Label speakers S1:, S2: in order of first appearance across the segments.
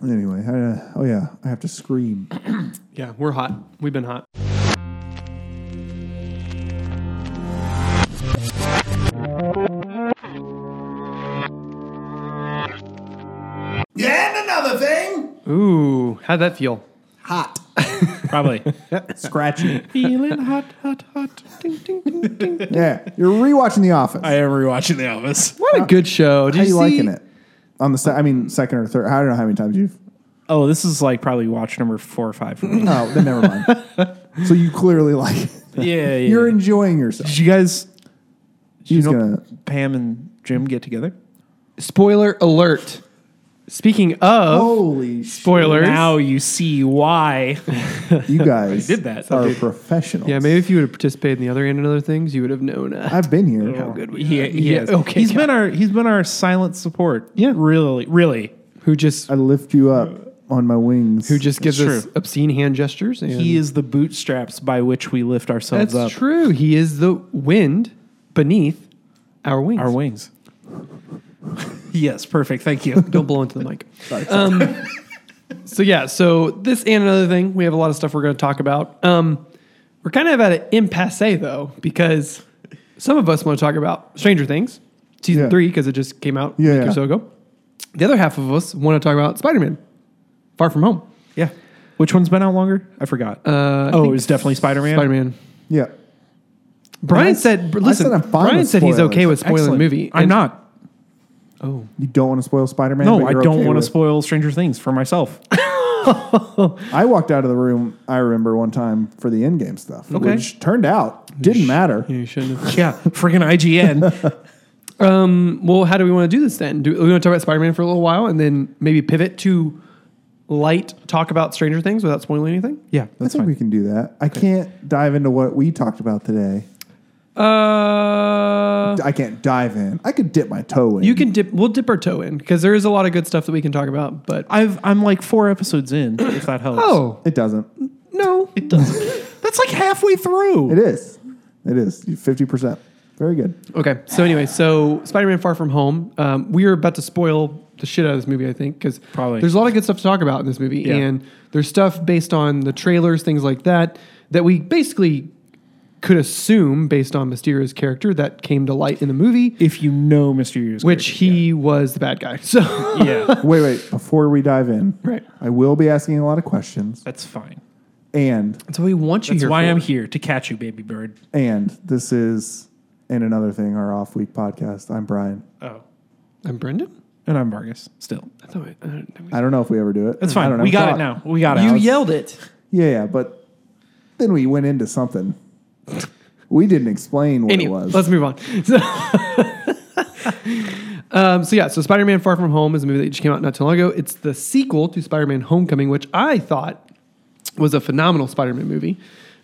S1: Anyway, I, oh yeah, I have to scream.
S2: Yeah, we're hot. We've been hot.
S3: And another thing.
S2: Ooh, how'd that feel?
S1: Hot,
S4: Probably.
S1: scratchy.
S2: Feeling hot, hot, hot. Ding, ding, ding, ding.
S1: yeah, you're rewatching The Office.
S4: I am rewatching The Office.
S2: What a good show. Did
S1: How you
S2: see-
S1: liking it? On the se- I mean, second or third. I don't know how many times you've.
S4: Oh, this is like probably watch number four or five for me.
S1: Oh, then never mind. so you clearly like. It.
S4: yeah, yeah.
S1: You're enjoying yourself.
S4: Did you guys? Did you
S1: He's
S4: know
S1: gonna-
S4: Pam and Jim get together?
S2: Spoiler alert. Speaking of
S4: oh,
S1: Holy shit!
S2: spoilers,
S4: Now you see why.
S1: You guys
S4: did that.
S1: Are professionals.
S2: yeah, maybe if you would have participated in the other end and other things, you would have known uh,
S1: I've been here.
S4: Oh,
S2: how good we
S4: He, he
S2: Yeah,
S4: has.
S2: okay,
S4: He's
S2: God.
S4: been our he's been our silent support.
S2: Yeah.
S4: Really, really.
S2: Who just
S1: I lift you up on my wings.
S2: who just gives
S4: It's
S2: us obscene hand gestures? And
S4: He is the bootstraps by which we lift ourselves
S2: That's
S4: up.
S2: true. He is the wind beneath our wings.
S4: Our wings. yes, perfect. Thank you.
S2: Don't blow into the mic. Um, so yeah, so this and another thing, we have a lot of stuff we're going to talk about. Um, we're kind of at an impasse though, because some of us want to talk about Stranger Things season
S1: Yeah.
S2: three because it just came out
S1: Yeah,
S2: a week
S1: yeah.
S2: or so ago. The other half of us want to talk about Spider Man, Far From Home.
S4: yeah. Which one's been out longer? I forgot.
S2: Uh, I
S4: oh, it
S2: think
S4: was definitely Spider Man.
S2: Spider Man.
S1: Yeah.
S2: Brian
S1: I-
S2: said,
S1: I
S2: "Listen,
S1: said I'm fine
S2: Brian
S1: with
S2: said he's
S1: spoilers.
S2: okay with spoiling the movie.
S4: I'm
S2: And-
S4: not.
S2: Oh,
S1: You don't want to spoil Spider Man.
S4: No, I don't want to spoil Stranger Things for myself.
S1: I walked out of the room. I remember one time for the end game stuff,
S2: Okay.
S1: which turned out didn't matter.
S2: you shouldn't have.
S4: yeah, freaking IGN.
S2: Um, Well, how do we want to do this then? Do we want to talk about Spider Man for a little while and then maybe pivot to light talk about Stranger Things without spoiling anything?
S4: yeah,
S1: I
S4: that's
S1: think
S4: fine.
S1: we can do that. I can't dive into what we talked about today.
S2: Uh,
S1: I can't dive in. I could dip my toe in.
S2: you can dip. We'll dip our toe in because there is a lot of good stuff that we can talk about. But
S4: I've I'm like four episodes in, if that helps.
S2: oh
S1: It doesn't.
S2: no,
S4: it doesn't. that's like halfway through.
S1: It is. It is. Fifty percent. Very good.
S2: okay. So anyway, so Spider Man Far From Home. Um, we are about to spoil the shit out of this movie, I think, because
S4: Probably.
S2: there's a lot of good stuff to talk about in this movie,
S4: Yeah.
S2: and there's stuff based on the trailers, things like that, that we basically could assume based on Mysterio's character that came to light in the movie.
S4: If you know Mr. Years,
S2: which he was the bad guy. So
S4: yeah,
S1: Wait, wait. Before we dive in,
S2: Right.
S1: I will be asking a lot of questions,
S4: that's fine.
S1: and
S2: that's what we want you
S4: That's
S2: here.
S4: why
S2: for.
S4: I'm here to catch you, baby bird.
S1: and this is and another thing. Our off week podcast. I'm Brian.
S4: Oh,
S2: I'm Brendan.
S4: and I'm Vargas. Still,
S2: I thought I- I don't know.
S1: I don't know if we ever do it.
S4: that's
S1: I
S4: fine.
S1: don't know.
S4: We got
S1: Thought-
S4: it now. We got it.
S2: you
S4: Alex.
S2: yelled it.
S1: Yeah, yeah, but then we went into something. We didn't explain what
S2: Anyway,
S1: it was.
S2: let's move on. So, um, so yeah, so Spider-Man: Far From Home is a movie that just came out not too long ago. It's the sequel to Spider-Man: Homecoming, which I thought was a phenomenal Spider-Man movie.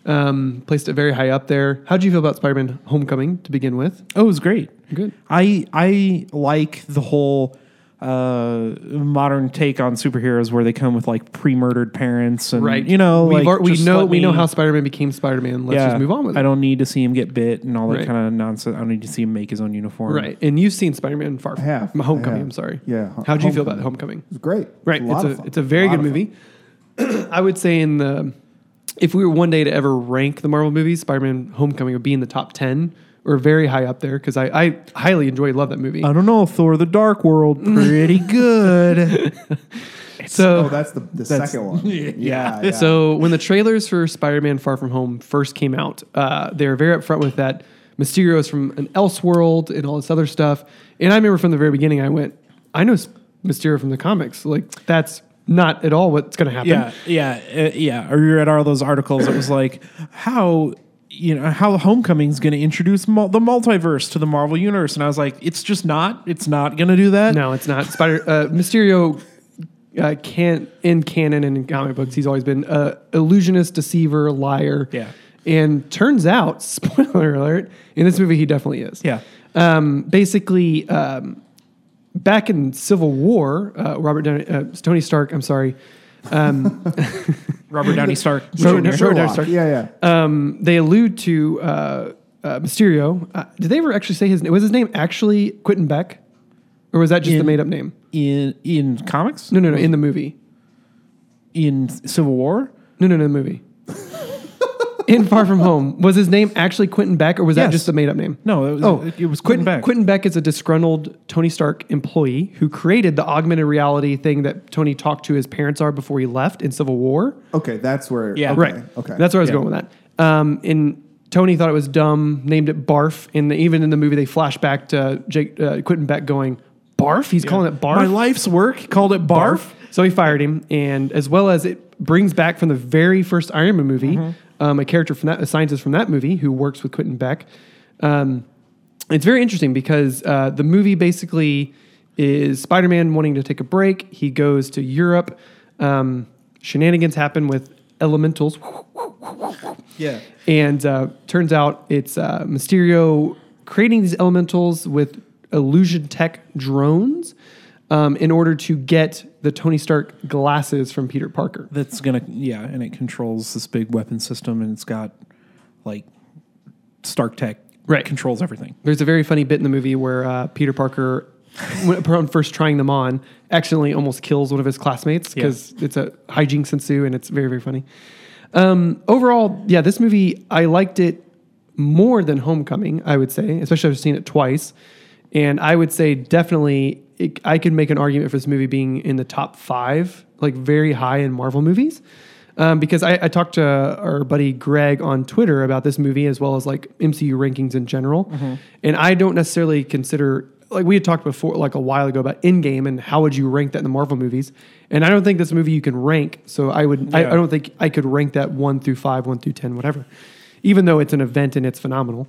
S2: Um, placed it very high up there. How do you feel about Spider-Man: Homecoming to begin with?
S4: Oh, it was great.
S2: Good.
S4: I I like the whole uh modern take on superheroes where they come with like pre-murdered parents and you know
S2: We've
S4: like,
S2: ar- we
S4: just
S2: know
S4: let
S2: we know
S4: me-
S2: how Spider-Man became Spider-Man. Let's just move on with it.
S4: I don't need to see him get bit and all that
S2: Right.
S4: kind of nonsense. I don't need to see him make his own uniform.
S2: Right. And you've seen Spider Man Far From
S1: have, I
S2: Homecoming,
S1: have.
S2: I'm sorry.
S1: Yeah, ho-
S2: How do you feel about Homecoming?
S1: It was great.
S2: Right.
S1: lot
S2: It's
S1: of
S2: a,
S1: fun.
S2: it's a very
S1: Lot of
S2: good movie. I would say in the if we were one day to ever rank the Marvel movies, Spider Man Homecoming would be in the top ten or very high up there because I, I highly enjoy love that movie.
S4: I don't know. Thor: The Dark World, pretty good.
S2: so
S1: fun. Oh, that's the, the second one. Yeah. yeah,
S2: So when the trailers for Spider-Man: Far From Home first came out, uh, they were very upfront with that Mysterio is from an Elseworld and all this other stuff. And I remember from the very beginning, I went, "I know S- Mysterio from the comics. Like that's not at all what's going to happen."
S4: yeah, yeah, uh, yeah. Or you read all those articles. It was like how you know how Homecoming's going to introduce mul- the multiverse to the Marvel universe, and I was like, it's just not. It's not going to do that.
S2: No, it's not. Spider uh, Mysterio uh, can't in canon and in comic books. He's always been uh, illusionist, deceiver, liar.
S4: Yeah.
S2: And turns out, spoiler alert, in this movie he definitely is.
S4: Yeah.
S2: um, basically um, back in Civil War, uh, Robert Downey, uh, Tony Stark. I'm sorry,
S4: Robert Downey Stark.
S2: Robert
S4: Jr.
S2: Downey-
S1: Sherlock.
S2: Sherlock.
S1: Yeah, yeah.
S2: um, they allude to uh, uh, Mysterio. Uh, did they ever actually say his name? Was his name actually Quentin Beck, or was that just the
S4: In-
S2: made up name?
S4: in in comics.
S2: No, no, no. In the movie,
S4: in Civil War?
S2: No, no, no, the movie. in Far From Home, was his name actually Quentin Beck, or was
S4: Yes.
S2: that just a made-up name? Oh,
S4: No, it was, it, it was Quentin Beck.
S2: Quentin Beck is a disgruntled Tony Stark employee who created the augmented reality thing that Tony talked to his parents are before he left in Civil War.
S1: Okay, that's where.
S4: Yeah.
S1: okay,
S2: Right.
S1: Okay.
S2: That's where I was
S4: Yeah.
S2: going with that. Um, and Tony thought it was dumb, named it Barf. And even in the movie, they flash back to Jake, uh, Quentin Beck going, Barf? He's calling it Barf?
S4: My life's work he called it barf.
S2: So he fired him, and as well as it brings back from the very first Iron Man movie, um, a character from that, a scientist from that movie who works with Quentin Beck. Um, it's very interesting because uh, the movie basically is Spider Man wanting to take a break. He goes to Europe. Um, shenanigans happen with elementals,
S4: Yeah.
S2: and uh, turns out it's uh, Mysterio creating these elementals with illusion tech drones um, in order to get the Tony Stark glasses from Peter Parker.
S4: That's gonna yeah, and it controls this big weapon system, and it's got like Stark Tech
S2: Right.
S4: controls everything.
S2: There's a very funny bit in the movie where uh, Peter Parker, when upon first trying them on, accidentally almost kills one of his classmates because it's a hijinks ensue and it's very very funny. Um, overall, yeah, this movie I liked it more than Homecoming. I would say, especially I've seen it twice, and I would say definitely it, I could make an argument for this movie being in the top five, like very high in Marvel movies. Um, because I, I talked to our buddy Greg on Twitter about this movie as well as like MCU rankings in general. And I don't necessarily consider, like, we had talked before, like a while ago about Endgame and how would you rank that in the Marvel movies. And I don't think this movie you can rank. So I would, I,
S4: Yeah.
S2: I don't think I could rank that one through five, one through 10, whatever, even though it's an event and it's phenomenal.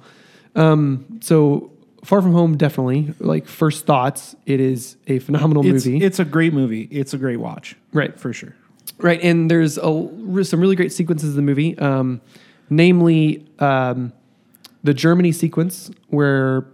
S2: Um, so Far From Home, definitely, like, first thoughts, it is a phenomenal
S4: It's
S2: movie.
S4: it's a great movie. It's a great watch.
S2: Right.
S4: for sure.
S2: Right, and there's a, some really great sequences in the movie, um, namely um, the Germany sequence where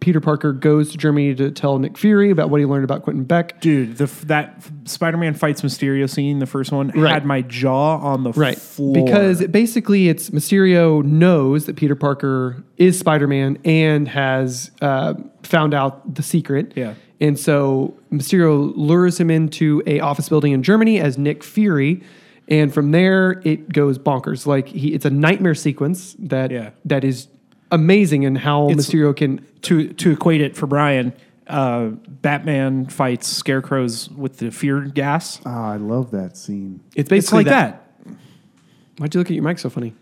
S2: Peter Parker goes to Germany to tell Nick Fury about what he learned about Quentin Beck.
S4: Dude, the f- that f- Spider-Man fights Mysterio scene, the first one,
S2: Right.
S4: had my jaw on the
S2: Right,
S4: floor
S2: because it, basically it's Mysterio knows that Peter Parker is Spider-Man and has uh, found out the secret.
S4: Yeah.
S2: And so Mysterio lures him into a office building in Germany as Nick Fury, and from there it goes bonkers. Like he, it's a nightmare sequence that
S4: Yeah.
S2: that is amazing in how Mysterio can.
S4: to to equate it for Brian. Uh, Batman fights scarecrows with the fear gas.
S1: Ah, I love that scene.
S2: It's basically
S4: It's like that.
S2: Why'd you look at your mic so funny?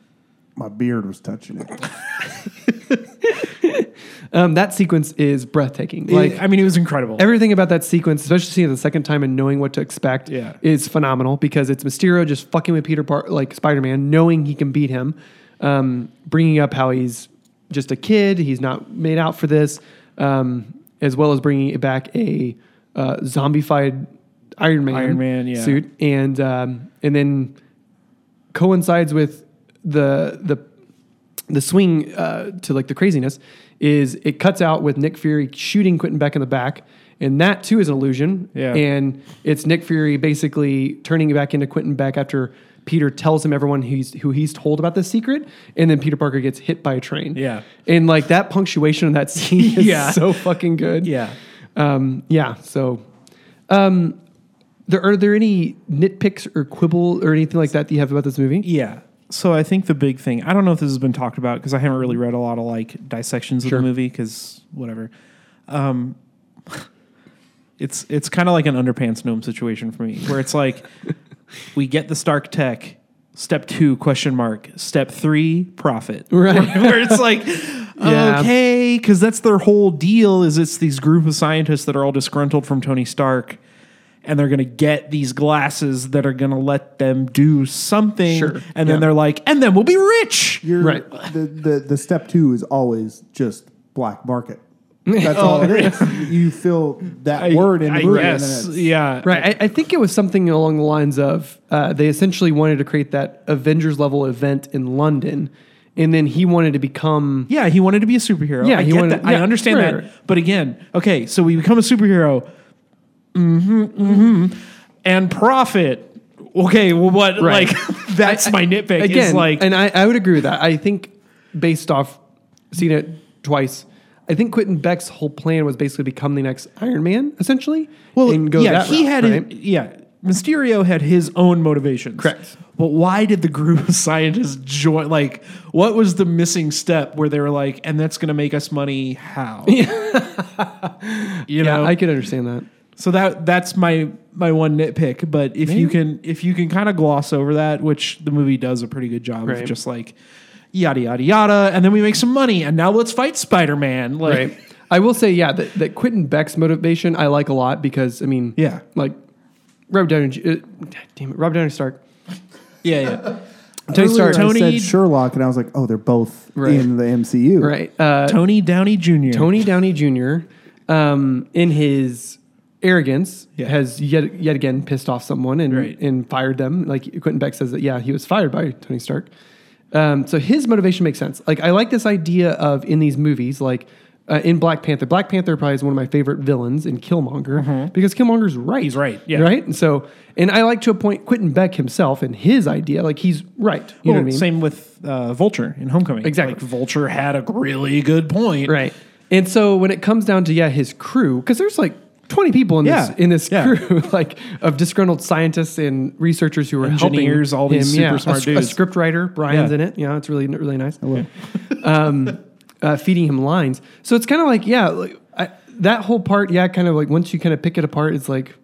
S1: My beard was touching it.
S2: Um, that sequence is breathtaking. Like
S4: It- I mean, it was incredible.
S2: Everything about that sequence, especially seeing it the second time and knowing what to expect,
S4: Yeah.
S2: is phenomenal because it's Mysterio just fucking with Peter, Par- like Spider Man, knowing he can beat him, um, bringing up how he's just a kid, he's not made out for this, um, as well as bringing back a uh, zombified Iron Man,
S4: Iron Man, yeah.
S2: suit, and um, and then coincides with the the the swing uh, to like the craziness is it cuts out with Nick Fury shooting Quentin Beck in the back, and that too is an illusion.
S4: Yeah.
S2: And it's Nick Fury basically turning back into Quentin Beck after Peter tells him everyone he's who he's told about this secret, and then Peter Parker gets hit by a train.
S4: Yeah.
S2: And like that punctuation in that scene is
S4: Yeah.
S2: so fucking good.
S4: yeah.
S2: Um, yeah. So, um, there are there any nitpicks or quibble or anything like that that you have about this movie?
S4: Yeah. So I think the big thing, I don't know if this has been talked about because I haven't really read a lot of like dissections of
S2: Sure.
S4: the movie because whatever. Um, it's it's kind of like an underpants gnome situation for me where it's like we get the Stark tech, step two question mark, step three profit.
S2: Right.
S4: where it's like
S2: Yeah.
S4: okay because that's their whole deal is it's these group of scientists that are all disgruntled from tony stark and they're going to get these glasses that are going to let them do something
S2: Sure.
S4: and
S2: Yeah.
S4: then they're like and then we'll be rich
S1: You're,
S2: Right.
S1: The, the the step two is always just black market. That's all it is. You fill that word in the
S4: I
S1: movie. and
S4: guess,
S1: then it's-
S4: yeah
S2: Right. I, I think it was something along the lines of uh, they essentially wanted to create that Avengers level event in London, and then he wanted to become
S4: yeah he wanted to be a superhero
S2: Yeah,
S4: i
S2: he
S4: get
S2: wanted-
S4: that i
S2: yeah,
S4: understand
S2: right, right.
S4: that but again okay so we become a superhero mm-hmm, mm-hmm, and profit okay well what
S2: Right.
S4: like that's my nitpick is
S2: again.
S4: like
S2: and I, I would agree with that. I think based off seen it twice. I think Quentin Beck's whole plan was basically become the next Iron Man, essentially. and go
S4: yeah,
S2: that
S4: he
S2: route,
S4: had
S2: right?
S4: it. Yeah, Mysterio had his own motivations.
S2: Correct.
S4: But why did the group of scientists join? Like, what was the missing step where they were like, and that's going to make us money? How? you
S2: Yeah,
S4: know,
S2: I could understand that.
S4: so that that's my my one nitpick. But if you can if you can kind of gloss over that, which the movie does a pretty good job
S2: Right.
S4: of, just like yada yada yada, and then we make some money, and now let's fight Spider Man. Like,
S2: Right. I will say, yeah, that, that Quentin Beck's motivation I like a lot because I mean,
S4: Yeah.
S2: like Robert Downey, J- uh, damn it, Robert Downey Stark,
S4: yeah, yeah.
S2: Tony
S1: Earlier
S2: Stark,
S1: I
S4: Tony-
S1: said Sherlock, and I was like, oh, they're both
S2: Right.
S1: in the MCU.
S2: right? Uh,
S4: Tony Downey Jr.
S2: Tony Downey Jr. Um, in his arrogance
S4: Yeah.
S2: has yet yet again pissed off someone and
S4: Right.
S2: and fired them. Like Quentin Beck says that yeah, he was fired by Tony Stark. Um, so his motivation makes sense. Like I like this idea of in these movies, like uh, in Black Panther. Black Panther probably is one of my favorite villains in Killmonger because Killmonger's right.
S4: Mm-hmm. He's right, yeah.
S2: Right. And so and I like to appoint Quentin Beck himself and his idea. Like he's right. You know what I
S4: Well,
S2: mean?
S4: Same with uh, Vulture in Homecoming.
S2: Exactly.
S4: Like Vulture had a really good point.
S2: Right. And so when it comes down to yeah, his crew, because there's like 20 people in
S4: Yeah.
S2: this in this
S4: Yeah.
S2: crew, like of disgruntled scientists and researchers who are
S4: Engineers,
S2: helping
S4: all these
S2: him.
S4: super
S2: yeah.
S4: smart
S2: a, sc-
S4: dudes.
S2: A script writer, Brian's
S4: Yeah.
S2: in it. Yeah, it's really really nice. um, uh, feeding him lines, so it's kind of like yeah, like, I, that whole part. Yeah, kind of like once you kind of pick it apart, it's like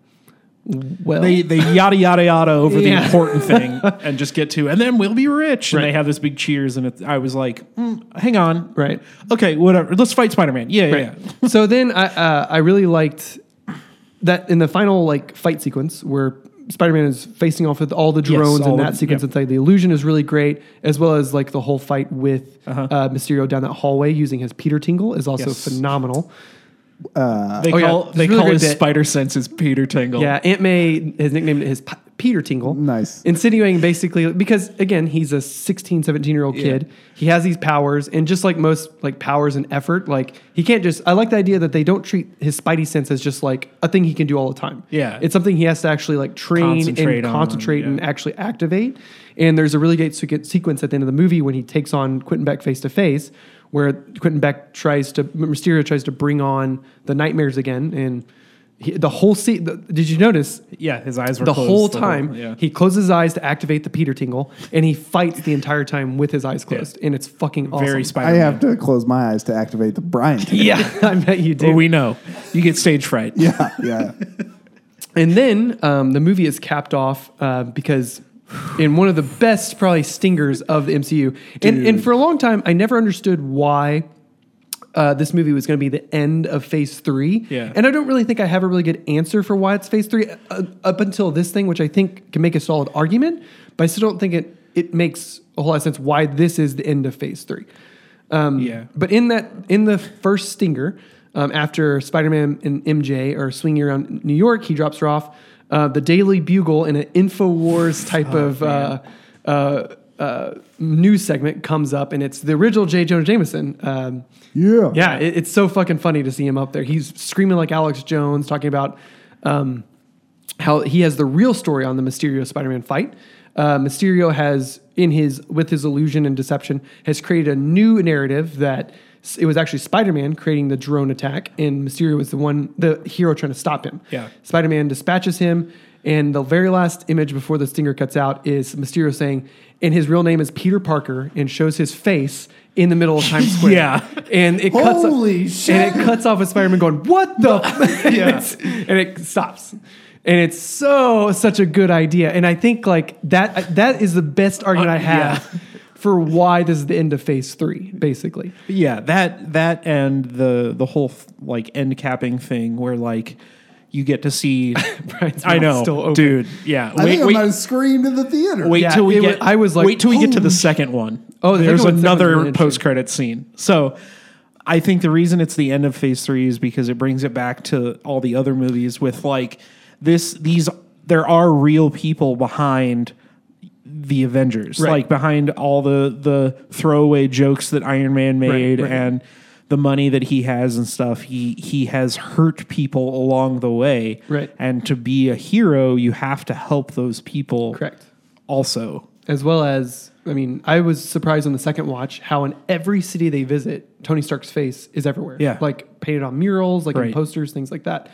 S2: well,
S4: They they yada yada yada over
S2: Yeah.
S4: the important thing and just get to and then we'll be rich and
S2: Right.
S4: they have this big cheers and it, I was like mm, hang on
S2: right.
S4: okay whatever let's fight Spider Man yeah yeah, yeah.
S2: so then I uh, I really liked that in the final like fight sequence where Spider-Man is facing off with all the drones
S4: all
S2: and
S4: the-
S2: that sequence
S4: yep.
S2: inside the illusion is really great as well as like the whole fight with uh Mysterio down that hallway using his Peter Tingle is also
S4: Uh-huh. Yes.
S2: phenomenal.
S4: They
S2: Oh, yeah.
S4: call
S2: It's
S4: they
S2: really
S4: call
S2: good
S4: his
S2: bit.
S4: spider senses Peter Tingle.
S2: Yeah, Aunt May has nicknamed it his P- Peter Tingle.
S1: Nice.
S2: Insinuating basically because again, he's a 16, 17-year-old kid. He has these powers and just like most like powers and effort, like he can't just I like the idea that they don't treat his spidey sense as just like a thing he can do all the time.
S4: Yeah.
S2: It's something he has to actually like train
S4: Concentrate
S2: and
S4: on,
S2: concentrate
S4: yeah.
S2: and actually activate. And there's a really great sequ- sequence at the end of the movie when he takes on Quentin Beck face to face, where Quentin Beck tries to Mysterio tries to bring on the nightmares again, and he, the whole scene. The, did you notice
S4: yeah. His eyes were
S2: the
S4: closed
S2: whole time
S4: yeah.
S2: he closes his eyes to activate the Peter Tingle, and he fights the entire time with his eyes closed, and it's fucking awesome.
S4: very
S1: I
S4: Spider Man.
S1: have to close my eyes to activate the Brian. Tingle.
S2: yeah, I bet you do.
S4: Well, we know you get stage fright.
S1: yeah, yeah.
S2: And then um, the movie is capped off uh, because in one of the best probably stingers of the MCU, and, and for a long time I never understood why uh, this movie was going to be the end of Phase Three.
S4: Yeah.
S2: And I don't really think I have a really good answer for why it's Phase Three uh, up until this thing, which I think can make a solid argument, but I still don't think it it makes a whole lot of sense why this is the end of Phase Three. Um,
S4: yeah.
S2: But in that, in the first stinger, um, after Spider-Man and MJ are swinging around New York, he drops her off. Uh, the Daily Bugle in an Infowars type of uh, uh, uh, news segment comes up, and it's the original J. Jonah Jameson. Um,
S1: Yeah.
S4: Oh,
S2: yeah, it, it's so fucking funny to see him up there. He's screaming like Alex Jones, talking about um, how he has the real story on the Mysterio Spider-Man fight. Uh, Mysterio has, in his with his illusion and deception, has created a new narrative that s- it was actually Spider-Man creating the drone attack, and Mysterio was the one, the hero trying to stop him.
S4: Yeah.
S2: Spider-Man dispatches him, and the very last image before the stinger cuts out is Mysterio saying, "And his real name is Peter Parker," and shows his face in the middle of Times Square.
S4: Yeah.
S2: and it cuts
S1: Holy
S2: off,
S1: shit.
S2: And it cuts off with Spider-Man going, "What the?" f-" and, it's- and it stops. And it's so such a good idea. And I think like that that is the
S4: Uh,
S2: best argument I have for why this is the end of Phase Three, basically.
S4: yeah that that and the the whole like end capping thing where like you get to see
S2: Brian's
S4: i
S2: mouth's
S4: know
S2: still open.
S4: dude
S1: I
S4: yeah
S1: think
S4: wait
S1: I
S4: wait
S1: might have screamed in the theater.
S4: wait
S2: Yeah,
S4: till we
S2: it
S4: get
S2: wa- I was like,
S4: wait till we get to the
S2: holy
S4: second one.
S2: Oh, the
S4: there's
S2: second one's- that one's
S4: another
S2: really interesting.
S4: post credit scene so i think the reason it's the end of phase three is because it brings it back to all the other movies with like this these there are real people behind the Avengers,
S2: Right.
S4: like behind all the the throwaway jokes that Iron Man made
S2: right.
S4: and the money that he has and stuff. He he has hurt people along the way,
S2: Right.
S4: And to be a hero, you have to help those people,
S2: Correct.
S4: Also,
S2: As well as, I mean, I was surprised on the second watch how in every city they visit, Tony Stark's face is everywhere.
S4: Yeah.
S2: Like painted on murals, like on
S4: Right.
S2: posters, things like that.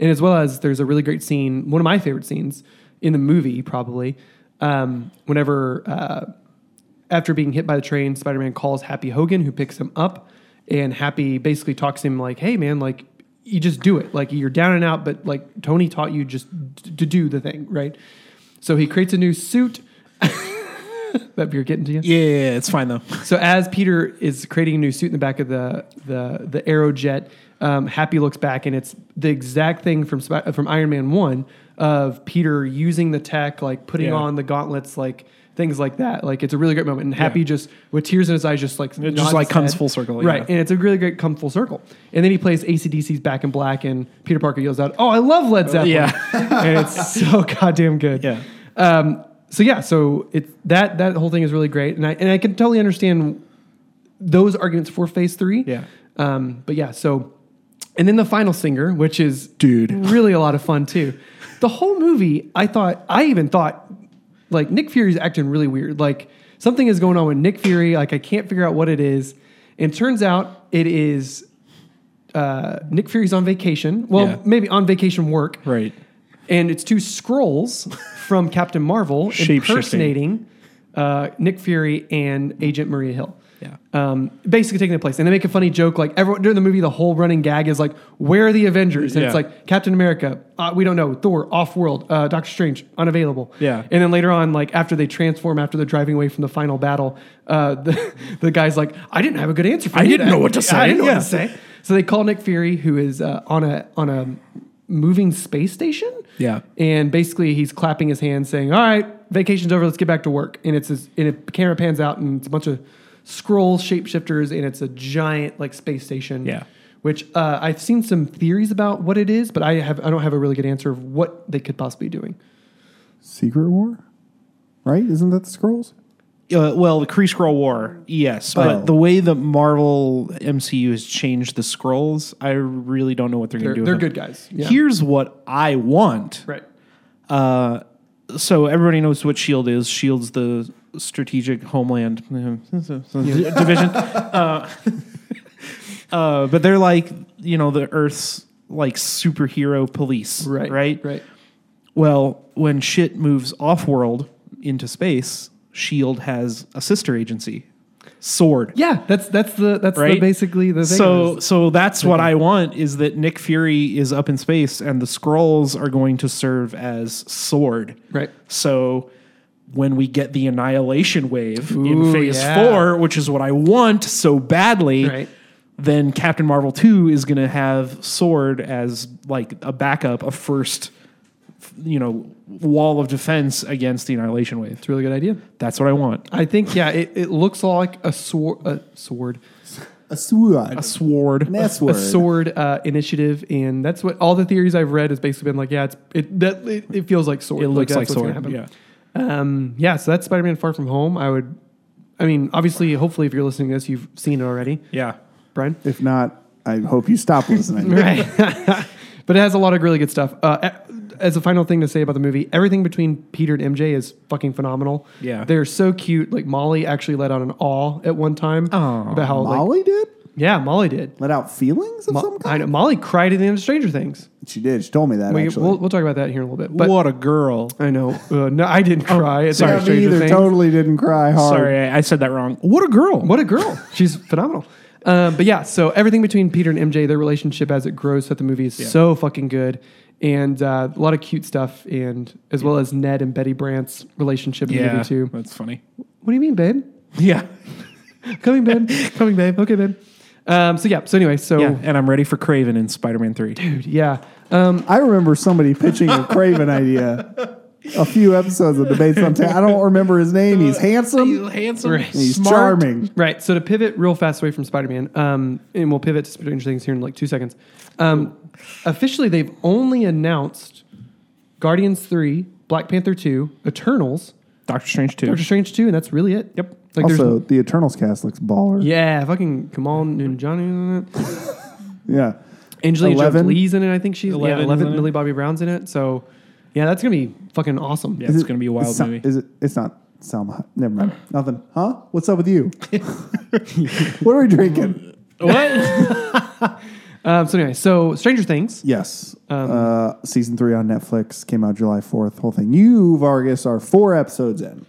S2: And as well as there's a really great scene, one of my favorite scenes, in the movie probably um, whenever uh, after being hit by the train spider-man calls happy hogan who picks him up and happy basically talks to him like hey man like you just do it like you're down and out but like tony taught you just d- to do the thing right so he creates a new suit that beer getting to you
S4: Yeah, yeah, yeah, it's fine though.
S2: so as Peter is creating a new suit in the back of the the the Aerojet, um, Happy looks back and it's the exact thing from Spi- from Iron Man One of Peter using the tech, like putting
S4: Yeah.
S2: on the gauntlets, like things like that. Like it's a really great moment, and Happy
S4: Yeah.
S2: just with tears in his eyes, just like
S4: It just,
S2: nods
S4: like,
S2: his
S4: comes
S2: head.
S4: full circle,
S2: right?
S4: yeah.
S2: And it's a really great come full circle. And then he plays ACDC's Back in Black, and Peter Parker yells out, "Oh, I love Led Zeppelin!"
S4: yeah.
S2: and it's so goddamn good
S4: Yeah.
S2: um, so yeah, so it that that whole thing is really great, and I and I can totally understand those arguments for Phase Three.
S4: Yeah.
S2: Um, but yeah, so and then the final singer, which is
S4: Dude.
S2: really a lot of fun too. The whole movie, I thought, I even thought, like Nick Fury's acting really weird. Like something is going on with Nick Fury. Like I can't figure out what it is. And it turns out it is uh, Nick Fury's on vacation. Well,
S4: Yeah.
S2: maybe on vacation work
S4: Right.
S2: and it's two scrolls from Captain Marvel
S4: Shape-shifting.
S2: impersonating uh, Nick Fury and Agent Maria Hill.
S4: Yeah.
S2: Um, basically taking the place, and they make a funny joke. Like everyone during the movie, the whole running gag is like, "Where are the Avengers?" And it's
S4: Yeah.
S2: like Captain America, uh, we don't know, Thor, off world, uh, Doctor Strange, unavailable.
S4: Yeah.
S2: And then later on, like after they transform, after they're driving away from the final battle, uh, the, the guy's like, "I didn't have a good answer for
S4: I
S2: you.
S4: didn't know what to say."
S2: I didn't know what
S4: Yeah.
S2: to say." So they call Nick Fury, who is uh, on a on a moving space station.
S4: Yeah.
S2: And basically, he's clapping his hands, saying, "All right, vacation's over. Let's get back to work." And it's his, and a camera pans out, and it's a bunch of scroll shapeshifters, and it's a giant like space station.
S4: Yeah.
S2: Which uh, I've seen some theories about what it is, but I have I don't have a really good answer of what they could possibly be doing.
S1: Secret War, right? Isn't that the scrolls?
S4: Uh, well, the Kree Scroll War, yes, but
S1: Oh.
S4: the way the Marvel MCU has changed the scrolls, I really don't know what they're,
S2: They're,
S4: going to do.
S2: they're
S4: with them.
S2: good guys. Yeah.
S4: Here's what I want.
S2: right.
S4: So everybody knows what Shield E is. Shield's the strategic homeland d- division. Uh, uh, but they're like you know the Earth's like superhero police,
S2: Right.
S4: Right.
S2: Right.
S4: Well, when shit moves off world into space, Shield E has a sister agency, Sword.
S2: Yeah. That's that's the that's the,
S4: Right?
S2: basically the thing.
S4: So,
S2: is-
S4: so that's what I want is that Nick Fury is up in space, and the scrolls are going to serve as Sword.
S2: right.
S4: So when we get the annihilation wave in
S2: Ooh,
S4: phase
S2: yeah.
S4: four, which is what I want so badly,
S2: Right.
S4: then Captain Marvel 2 is going to have Sword as like a backup, a first, you know, wall of defense against the annihilation wave.
S2: It's a really good idea.
S4: That's what I want.
S2: I think yeah. It, it looks like a sword. A sword.
S1: A sword.
S4: A sword.
S1: An S
S2: a
S1: word.
S2: sword uh, initiative, and that's what all the theories I've read has basically been like. Yeah, it's it that it, it feels like sword.
S4: It looks like
S2: that's what's gonna
S4: sword.
S2: happen.
S4: Yeah.
S2: Um, yeah. So that's Spider-Man: Far From Home. I would, I mean, obviously, hopefully, if you're listening to this, you've seen it already,
S4: Yeah.
S2: Brian.
S1: If not, I hope you stop listening.
S2: Right. but it has a lot of really good stuff. Uh, a- as a final thing to say about the movie, everything between Peter and MJ is fucking phenomenal.
S4: Yeah.
S2: They're so cute. Like Molly actually let out an awe at one time
S4: Aw.
S2: about how like,
S1: Molly did
S2: yeah, Molly did.
S1: let out feelings of
S2: Mo-
S1: some
S2: I
S1: kind.
S2: know Molly cried at the end of Stranger Things.
S1: She did. She told me that
S2: We,
S1: actually.
S2: we'll, we'll talk about that here in a little bit. But
S4: what a girl.
S2: I know. Uh, no, I didn't cry. at the
S4: sorry,
S1: yeah,
S2: end of
S1: me
S2: Stranger
S1: either.
S2: Things.
S1: Totally didn't cry hard.
S4: Sorry, I, I said that wrong. What a girl.
S2: What a girl. She's phenomenal. Um, but yeah, so everything between Peter and MJ, their relationship as it grows throughout the movie is so fucking good. And uh, a lot of cute stuff, and as well as Ned and Betty Brant's relationship in the
S4: Yeah.
S2: movie too.
S4: That's funny.
S2: What do you mean, babe?
S4: Yeah.
S2: Coming, babe. Coming, babe. Okay, babe. Um, so yeah. So anyway, so
S4: Yeah. And I'm ready for Craven in Spider Man 3.
S2: dude, yeah. Um,
S1: I remember somebody pitching a Craven idea a few episodes of debates on town. I don't remember his name. He's handsome.
S4: handsome.
S1: He's
S4: smart.
S1: charming.
S2: Right. So to pivot real fast away from Spider Man, um, and we'll pivot to Stranger Things here in like two seconds. Um, officially, they've only announced Guardians 3, Black Panther 2, Eternals,
S4: Doctor Strange 2.
S2: Doctor Strange 2, and that's really it.
S4: Yep.
S2: Like
S1: also,
S2: there's.
S1: the Eternals cast looks baller.
S2: Yeah, fucking come on, and Johnny.
S1: Yeah.
S2: Angelina
S1: Eleven.
S2: Jones Lee's in it. I think she's
S4: Eleven
S2: yeah,
S4: is
S2: 11.
S4: in it.
S2: Millie Bobby Brown's in it. So, yeah, that's gonna be fucking awesome.
S4: Yeah, it's going to be a wild
S1: it's not-
S4: movie.
S1: Is it? It's not Selma. Never mind. Nothing. Huh? What's up with you? what are we drinking?
S4: What?
S2: Um, so anyway, so Stranger Things.
S1: Yes. uh, season three on Netflix came out July 4th. Whole thing. You, Vargas, are four episodes in.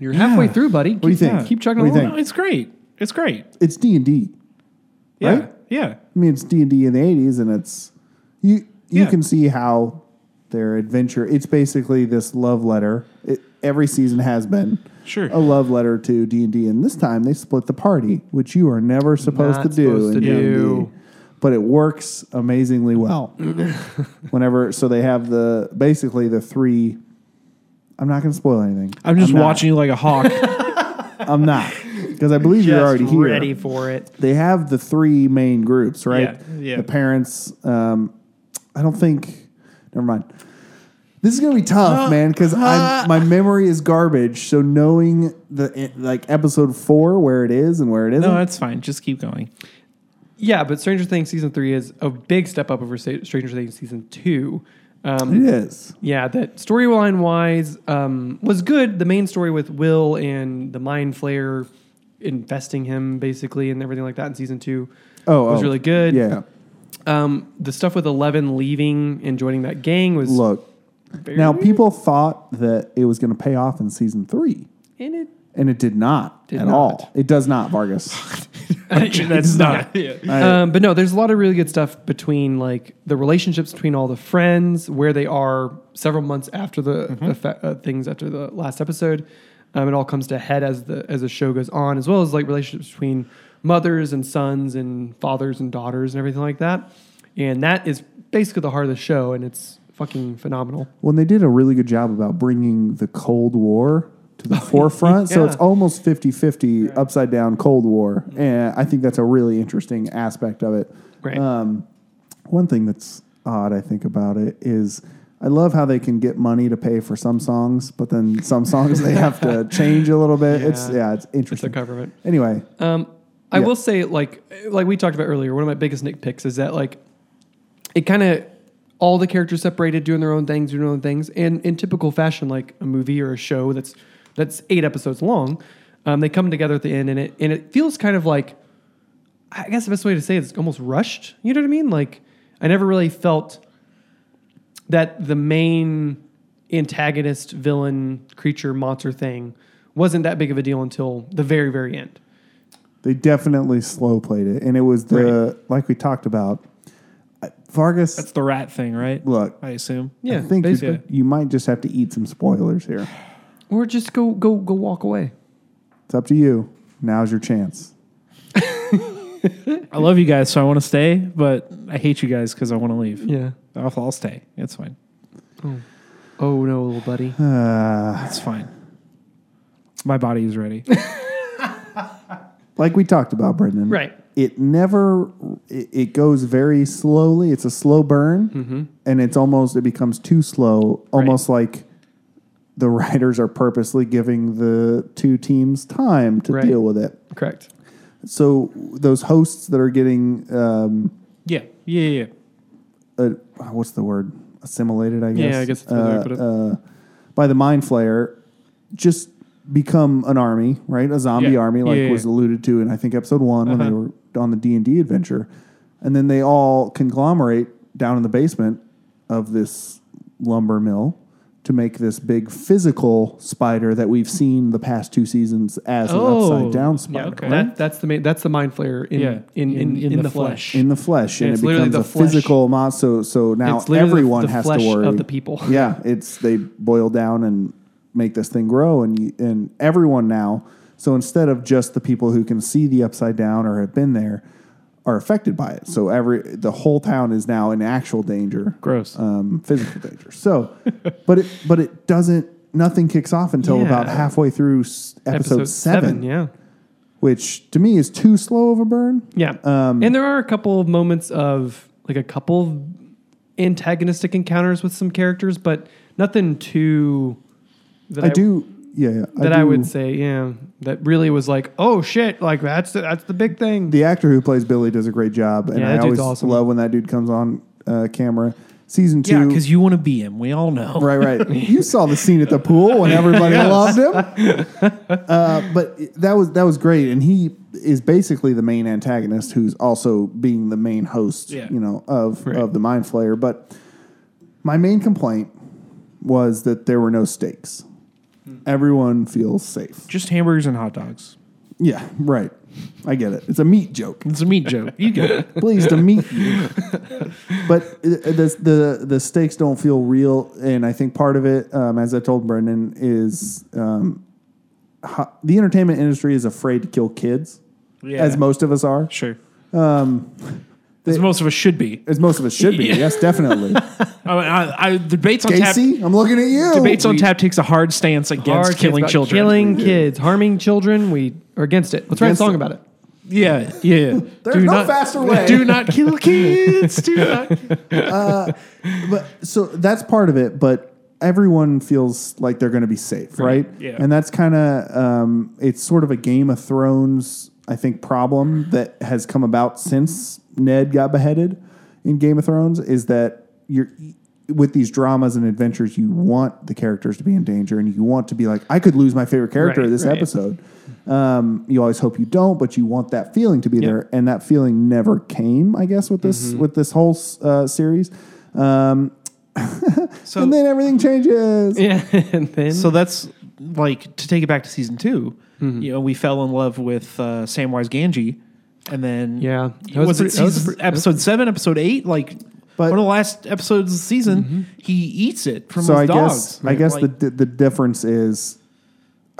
S2: You're halfway
S4: Yeah.
S2: through, buddy. What
S1: do you think?
S2: Keep chugging
S1: What do you
S2: along.
S1: think?
S4: No, it's great. It's great.
S1: It's D&D.
S4: Yeah.
S1: Right?
S4: Yeah.
S1: I mean, it's D&D in the 80s, and it's... You, you
S4: Yeah.
S1: can see how their adventure... It's basically this love letter. It, every season has been
S4: Sure.
S1: a love letter to D&D, and this time they split the party, which you are never supposed
S2: Not
S1: to do
S2: supposed
S1: in
S2: to
S1: D&D.
S2: do.
S1: But it works amazingly well. Whenever... So they have the... Basically, the three... I'm not going to spoil anything.
S4: I'm just
S1: not.
S4: watching you like a hawk.
S1: I'm not because I believe you're already here.
S2: ready for it.
S1: They have the three main groups, right?
S4: Yeah, yeah.
S1: The parents. Um, I don't think. Never mind. This is gonna be tough, man, because my memory is garbage. So knowing the like episode four where it is and where it isn't.
S4: no, that's fine. Just keep going.
S2: Yeah, but Stranger Things season three is a big step up over Sa- Stranger Things season two. Um,
S1: it is.
S2: Yeah, that storyline wise um, was good. The main story with Will and the Mind Flayer investing him basically and everything like that in season two
S1: Oh,
S2: was
S1: oh.
S2: really good.
S1: Yeah.
S2: Um, the stuff with Eleven leaving and joining that gang was
S1: Look,
S2: very
S1: now
S2: weird,
S1: people thought that it was gonna pay off in season three,
S2: and it-
S1: and it did not
S2: Did
S1: at
S2: not.
S1: all. It does not, Vargas.
S4: that's not.
S2: Um, but no, there's a lot of really good stuff between like the relationships between all the friends, where they are several months after the, the fa- uh, things after the last episode. Um, it all comes to head as the as the show goes on, as well as like relationships between mothers and sons and fathers and daughters and everything like that. And that is basically the heart of the show, and it's fucking phenomenal.
S1: Well, and they did a really good job about bringing the Cold War to the forefront. So
S2: Oh, yeah. Mm-hmm.
S1: it's almost 50 50 upside down Cold War. And I think that's a really interesting aspect of it.
S2: Right.
S1: Um, one thing that's odd, I think, about it is I love how they can get money to pay for some songs, but then some songs they have to change a little bit. It's,
S2: Yeah.
S1: yeah, it's
S2: It's the
S1: interesting.
S2: government.
S1: anyway,
S2: Um, I
S1: Yeah.
S2: will say, like, like we talked about earlier, one of my biggest nitpicks is that, like, it kind of all the characters separated, doing their own things, doing their own things, and in typical fashion, like a movie or a show that's that's eight episodes long, um, they come together at the end, and it and it feels kind of like, I guess the best way to say it is almost rushed. You know what I mean? Like, I never really felt that the main antagonist, villain, creature, monster thing wasn't that big of a deal until the very, very end.
S1: They definitely slow played it. And it was the, like we talked about, I- Vargas.
S4: That's the rat thing, right?
S1: Look,
S4: I assume.
S2: Yeah,
S1: I think you,
S2: basically.
S1: you might just have to eat some spoilers here.
S2: Or just go go go walk away.
S1: It's up to you. Now's your chance.
S4: I love you guys, so I want to stay, but I hate you guys because I want to leave.
S2: Yeah.
S4: I'll, I'll stay. It's fine.
S2: Oh no, little buddy.
S1: Uh,
S4: It's fine. My body is ready.
S1: like we talked about, Brendan.
S2: Right.
S1: It never. It, it goes very slowly. It's a slow burn,
S2: Mm-hmm.
S1: and it's almost. It becomes too slow. Almost like the writers are purposely giving the two teams time to
S2: Right.
S1: deal with it.
S2: Correct.
S1: So those hosts that are getting um,
S4: yeah. Yeah. Yeah.
S1: uh, what's the word assimilated i guess
S2: Yeah, I guess that's another way
S1: uh,
S2: to put it.
S1: uh, by the mind flayer just become an army right a zombie
S4: Yeah.
S1: army like
S4: Yeah, yeah,
S1: was
S4: yeah.
S1: alluded to in i think episode one when they
S2: Uh-huh.
S1: were on the d&d adventure and then they all conglomerate down in the basement of this lumber mill to make this big physical spider that we've seen the past two seasons as
S4: Oh.
S1: an upside down
S4: Yeah,
S1: spider
S4: okay.
S1: right?
S2: That, that's the main, that's the mind flayer in
S4: Yeah.
S2: in, in, in, the, flesh.
S1: in the flesh, and,
S2: And it's
S1: it
S2: literally
S1: becomes a
S2: the flesh.
S1: physical mod. So, so now
S2: It's literally the-
S1: everyone
S2: the
S1: has
S2: flesh
S1: to
S2: of
S1: worry
S2: the people.
S1: Yeah, it's they boil down and make this thing grow, and you, and everyone now. So instead of just the people who can see the upside down or have been there, are affected by it. So every the whole town is now in actual danger,
S4: Gross.
S1: um, physical danger. So, but it but it doesn't. Nothing kicks off until
S2: Yeah.
S1: about halfway through s- episode, seven,
S2: Yeah.
S1: which to me is too slow of a burn.
S2: Yeah.
S1: Um,
S2: and there are a couple of moments of like a couple of antagonistic encounters with some characters, but nothing too that
S1: I do. Yeah, yeah
S2: that I,
S1: do-
S2: would say, yeah. That really was like, oh shit, like that's the, that's the big thing.
S1: the actor who plays Billy does a great job, and
S2: Yeah, that
S1: I
S2: dude's
S1: always
S2: awesome.
S1: love when that dude comes on uh, camera. season
S4: Yeah,
S1: two.
S4: because you want to be him. We all know.
S1: right, right. you saw the scene at the pool when everybody loved him. Uh, but that was that was great, and he is basically the main antagonist, who's also being the main host,
S4: Yeah.
S1: you know, of of the Mind Flayer. But my main complaint was that there were no stakes.
S2: Hmm.
S1: Everyone feels safe.
S4: Just hamburgers and hot dogs.
S1: Yeah, right. I get it. It's a meat joke.
S4: It's a meat joke. You get it.
S1: pleased to meet you. but uh, the, the the stakes don't feel real, and I think part of it, um, as I told Brendan, is um, ho- the entertainment industry is afraid to kill kids,
S4: Yeah.
S1: as most of us are,
S4: Sure. Um, as most of us should be.
S1: as most of us should be. Yes, definitely.
S4: I, mean, I, I debates on tap.
S1: Casey, I'm looking at you.
S4: Debates on
S2: We-
S4: tap takes a hard stance against
S2: Hard kids
S4: killing
S2: about
S4: children.
S2: Killing kids, harming children, we are against it. Let's write a
S1: Against
S2: song
S1: it.
S2: about it.
S4: Yeah, yeah. yeah.
S1: There's no faster way.
S4: Do not kill kids. Do not.
S1: but so that's part of it, but everyone feels like they're going to be safe, right?
S4: yeah.
S1: And that's kind of um, it's sort of a Game of Thrones, I think, problem that has come about since Ned got beheaded in Game of Thrones is that you're with these dramas and adventures, you want the characters to be in danger, and you want to be like, I could lose my favorite character
S4: Right,
S1: this
S4: right.
S1: episode. Um, you always hope you don't, but you want that feeling to be there, and that feeling never came, I guess, with this
S4: Mm-hmm.
S1: with this whole s- uh, series. Um,
S4: So,
S1: and then everything changes.
S2: Yeah, and then
S4: so that's like to take it back to season 2 You know, we fell in love with uh, Samwise Ganji, and then
S2: Yeah. That was
S4: was, it
S2: pretty- that was
S4: season,
S2: pretty-
S4: episode seven, episode eight? Like
S1: But-
S4: one of the last episodes of the season, he eats it from
S1: So
S4: his
S1: I
S4: dogs.
S1: guess I guess
S4: Like,
S1: the the difference is,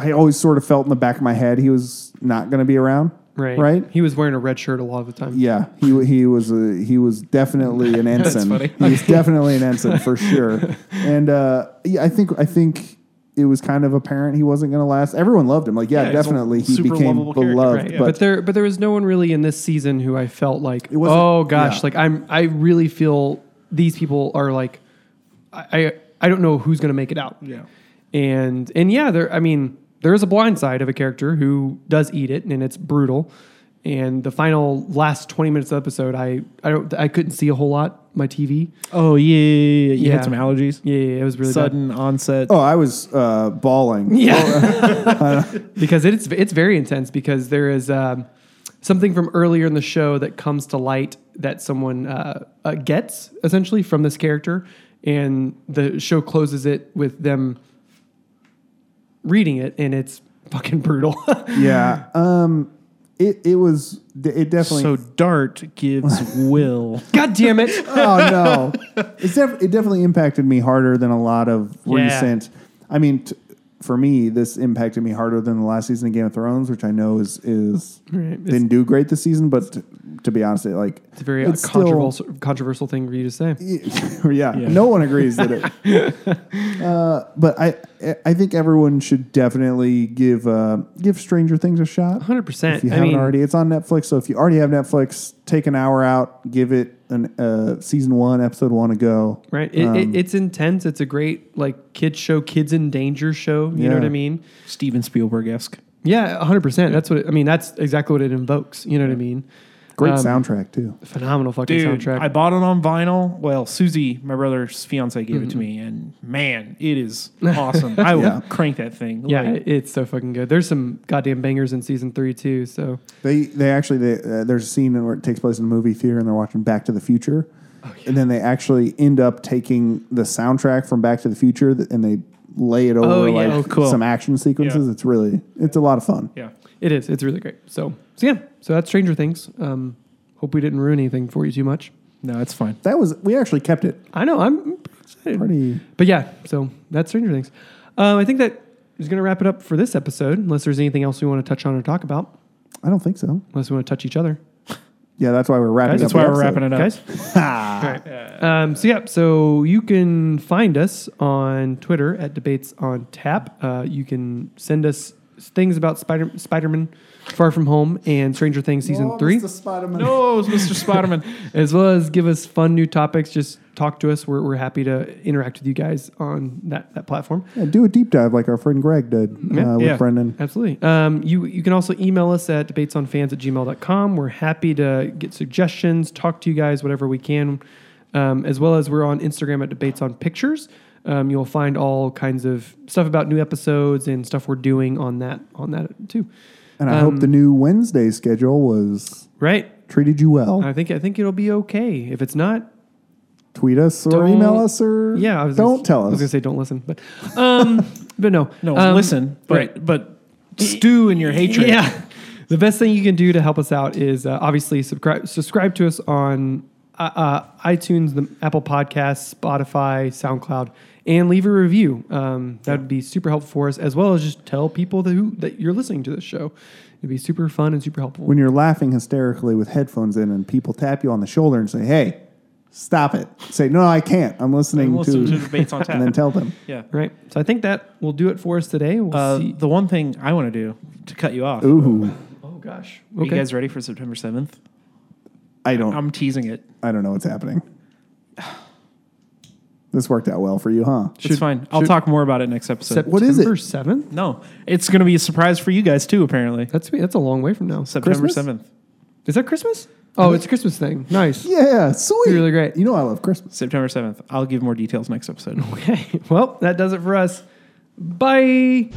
S1: I always sort of felt in the back of my head he was not going to be around.
S2: right,
S1: Right.
S2: He was wearing a red shirt a lot of the time.
S1: Yeah. He he was a, he was definitely an ensign.
S4: funny.
S1: He was definitely an ensign for sure. And uh, yeah, I think I think. It was kind of apparent he wasn't going to last. Everyone loved him. Like, yeah,
S4: Yeah, he's a
S1: definitely he
S4: super
S1: became
S4: lovable character,
S1: beloved.
S4: right, yeah.
S1: But,
S2: But, there, but there was no one really in this season who I felt like,
S1: wasn't-
S2: oh gosh,
S1: yeah.
S2: like I'm, I really feel these people are like, I, I, I don't know who's gonna make it out.
S4: Yeah.
S2: and and yeah, there, I mean, there is a blind side of a character who does eat it, and it's brutal. And the final last twenty minutes of the episode, I, I don't, I couldn't see a whole lot. My TV,
S4: oh yeah, yeah, yeah, yeah. you
S2: Yeah.
S4: had some allergies.
S2: yeah, yeah, it was really bad.
S4: Sudden onset.
S1: oh, I was uh, bawling.
S2: Yeah,
S1: uh,
S2: because it's it's very intense because there is um, something from earlier in the show that comes to light that someone uh, uh, gets essentially from this character, and the show closes it with them reading it, and it's fucking brutal.
S1: Yeah. Um, it it was it definitely
S4: so Dart gives Will.
S2: God damn it!
S1: oh no, it's def- it definitely impacted me harder than a lot of
S4: Yeah.
S1: recent. I mean, t- for me, this impacted me harder than the last season of Game of Thrones, which I know is is
S2: Right, it's-
S1: didn't do great this season. But t- to be honest, it, like
S2: It's a very uh,
S1: still-
S2: controversial controversial thing for you to say.
S1: yeah, no one agrees that it. uh, but I I think everyone should definitely give uh, give Stranger Things a shot.
S2: Hundred percent.
S1: If you
S2: I
S1: haven't
S2: mean,
S1: already, it's on Netflix. So if you already have Netflix, take an hour out, give it an uh, season one, episode one a go.
S2: right? It,
S1: um,
S2: it, it's intense. It's a great like kids show, kids in danger show. You know
S1: Yeah.
S2: what I mean?
S4: Steven Spielberg esque.
S2: Yeah, 100%. That's what it, I mean. That's exactly what it invokes. You know what I mean?
S1: Great
S2: Um,
S1: soundtrack too.
S2: Phenomenal fucking soundtrack.
S4: I bought it on vinyl. Well, Susie, my brother's fiance, gave it to me, and man, it is awesome. I will
S1: Yeah.
S4: crank that thing.
S2: yeah,
S4: like,
S2: it's so fucking good. There's some goddamn bangers in season three, too. So,
S1: They they actually they, uh, there's a scene where it takes place in a movie theater and they're watching Back to the Future, and then they actually end up taking the soundtrack from Back to the Future th- and they lay it over
S2: yeah.
S1: like
S2: Oh,
S4: cool.
S1: some action sequences.
S4: Yeah.
S1: It's really it's a lot of fun.
S4: yeah.
S2: it is. It's really great. So, so yeah. So that's Stranger Things. Um, hope we didn't ruin anything for you too much.
S4: No, it's fine.
S1: That was we actually kept it
S2: I know. I'm pretty excited.
S1: pretty.
S2: But yeah, so that's Stranger Things. Um, I think that is going to wrap it up for this episode, unless there's anything else we want to touch on or talk about,
S1: I don't think so.
S2: unless we want to touch each other.
S1: Yeah, that's why we're wrapping.
S2: Guys,
S1: up
S4: That's why
S1: the
S4: we're
S1: episode.
S4: wrapping it up.
S2: Guys? All right. Um, so yeah, so you can find us on Twitter at debates on tap. Uh, you can send us things about Spider Spider-Man, Far From Home, and Stranger Things season
S1: Oh,
S2: three,
S1: Mr. Spider-Man.
S4: No, oh, it's Mr. Spiderman.
S2: as well as give us fun new topics. Just talk to us. We're, we're happy to interact with you guys on that that platform.
S1: Yeah, do a deep dive like our friend Greg did
S2: Yeah.
S1: uh, with
S4: Yeah.
S1: Brendan.
S2: Absolutely. Um, you you can also email us at debatesonfans at gmail.com. We're happy to get suggestions, talk to you guys, whatever we can. um, as well as we're on Instagram at Debates on Pictures. Um, you'll find all kinds of stuff about new episodes and stuff we're doing on that on that too.
S1: And I
S2: Um,
S1: hope the new Wednesday schedule was
S2: Right?
S1: treated you well.
S2: I think I think it'll be okay. If it's not,
S1: Tweet us or
S2: Don't-
S1: email us or
S2: yeah, I was
S1: don't
S2: gonna,
S1: tell
S2: I
S1: us.
S2: was gonna say don't listen, but um, but no,
S4: No,
S2: Um,
S4: listen, but
S2: right.
S4: but stew in your hatred.
S2: Yeah. The best thing you can do to help us out is uh, obviously subscribe subscribe to us on uh, uh, iTunes, the Apple Podcasts, Spotify, SoundCloud, and leave a review. Um, that would be super helpful for us, as well as just tell people that, who, that you're listening to this show. It'd be super fun and super helpful.
S1: when you're laughing hysterically with headphones in and people tap you on the shoulder and say, "Hey, stop it." Say, "No, I can't. I'm listening
S4: We'll listen to debates on
S1: And then
S4: tap.
S1: tell them.
S4: Yeah.
S2: right. So I think that will do it for us today. We'll
S4: Uh,
S2: see.
S4: the one thing I want to do to cut you off.
S1: Ooh.
S2: Oh gosh.
S4: Are
S2: Okay.
S4: you guys ready for September seventh?
S1: I don't
S2: Um,
S4: I'm teasing it.
S1: I don't know what's happening. This worked out well for you, huh?
S4: it's fine. I'll talk more about it next episode.
S2: September
S1: What is it?
S2: Seventh.
S4: no, it's going to be a surprise for you guys too. Apparently,
S2: That's that's a long way from now.
S4: September
S1: Christmas?
S4: seventh.
S2: Is that Christmas? Oh, it's a Christmas thing. Nice.
S1: Yeah, sweet.
S2: Really great.
S1: You know I love Christmas.
S4: September seventh. I'll give more details next episode.
S2: Okay. Well, that does it for us. Bye.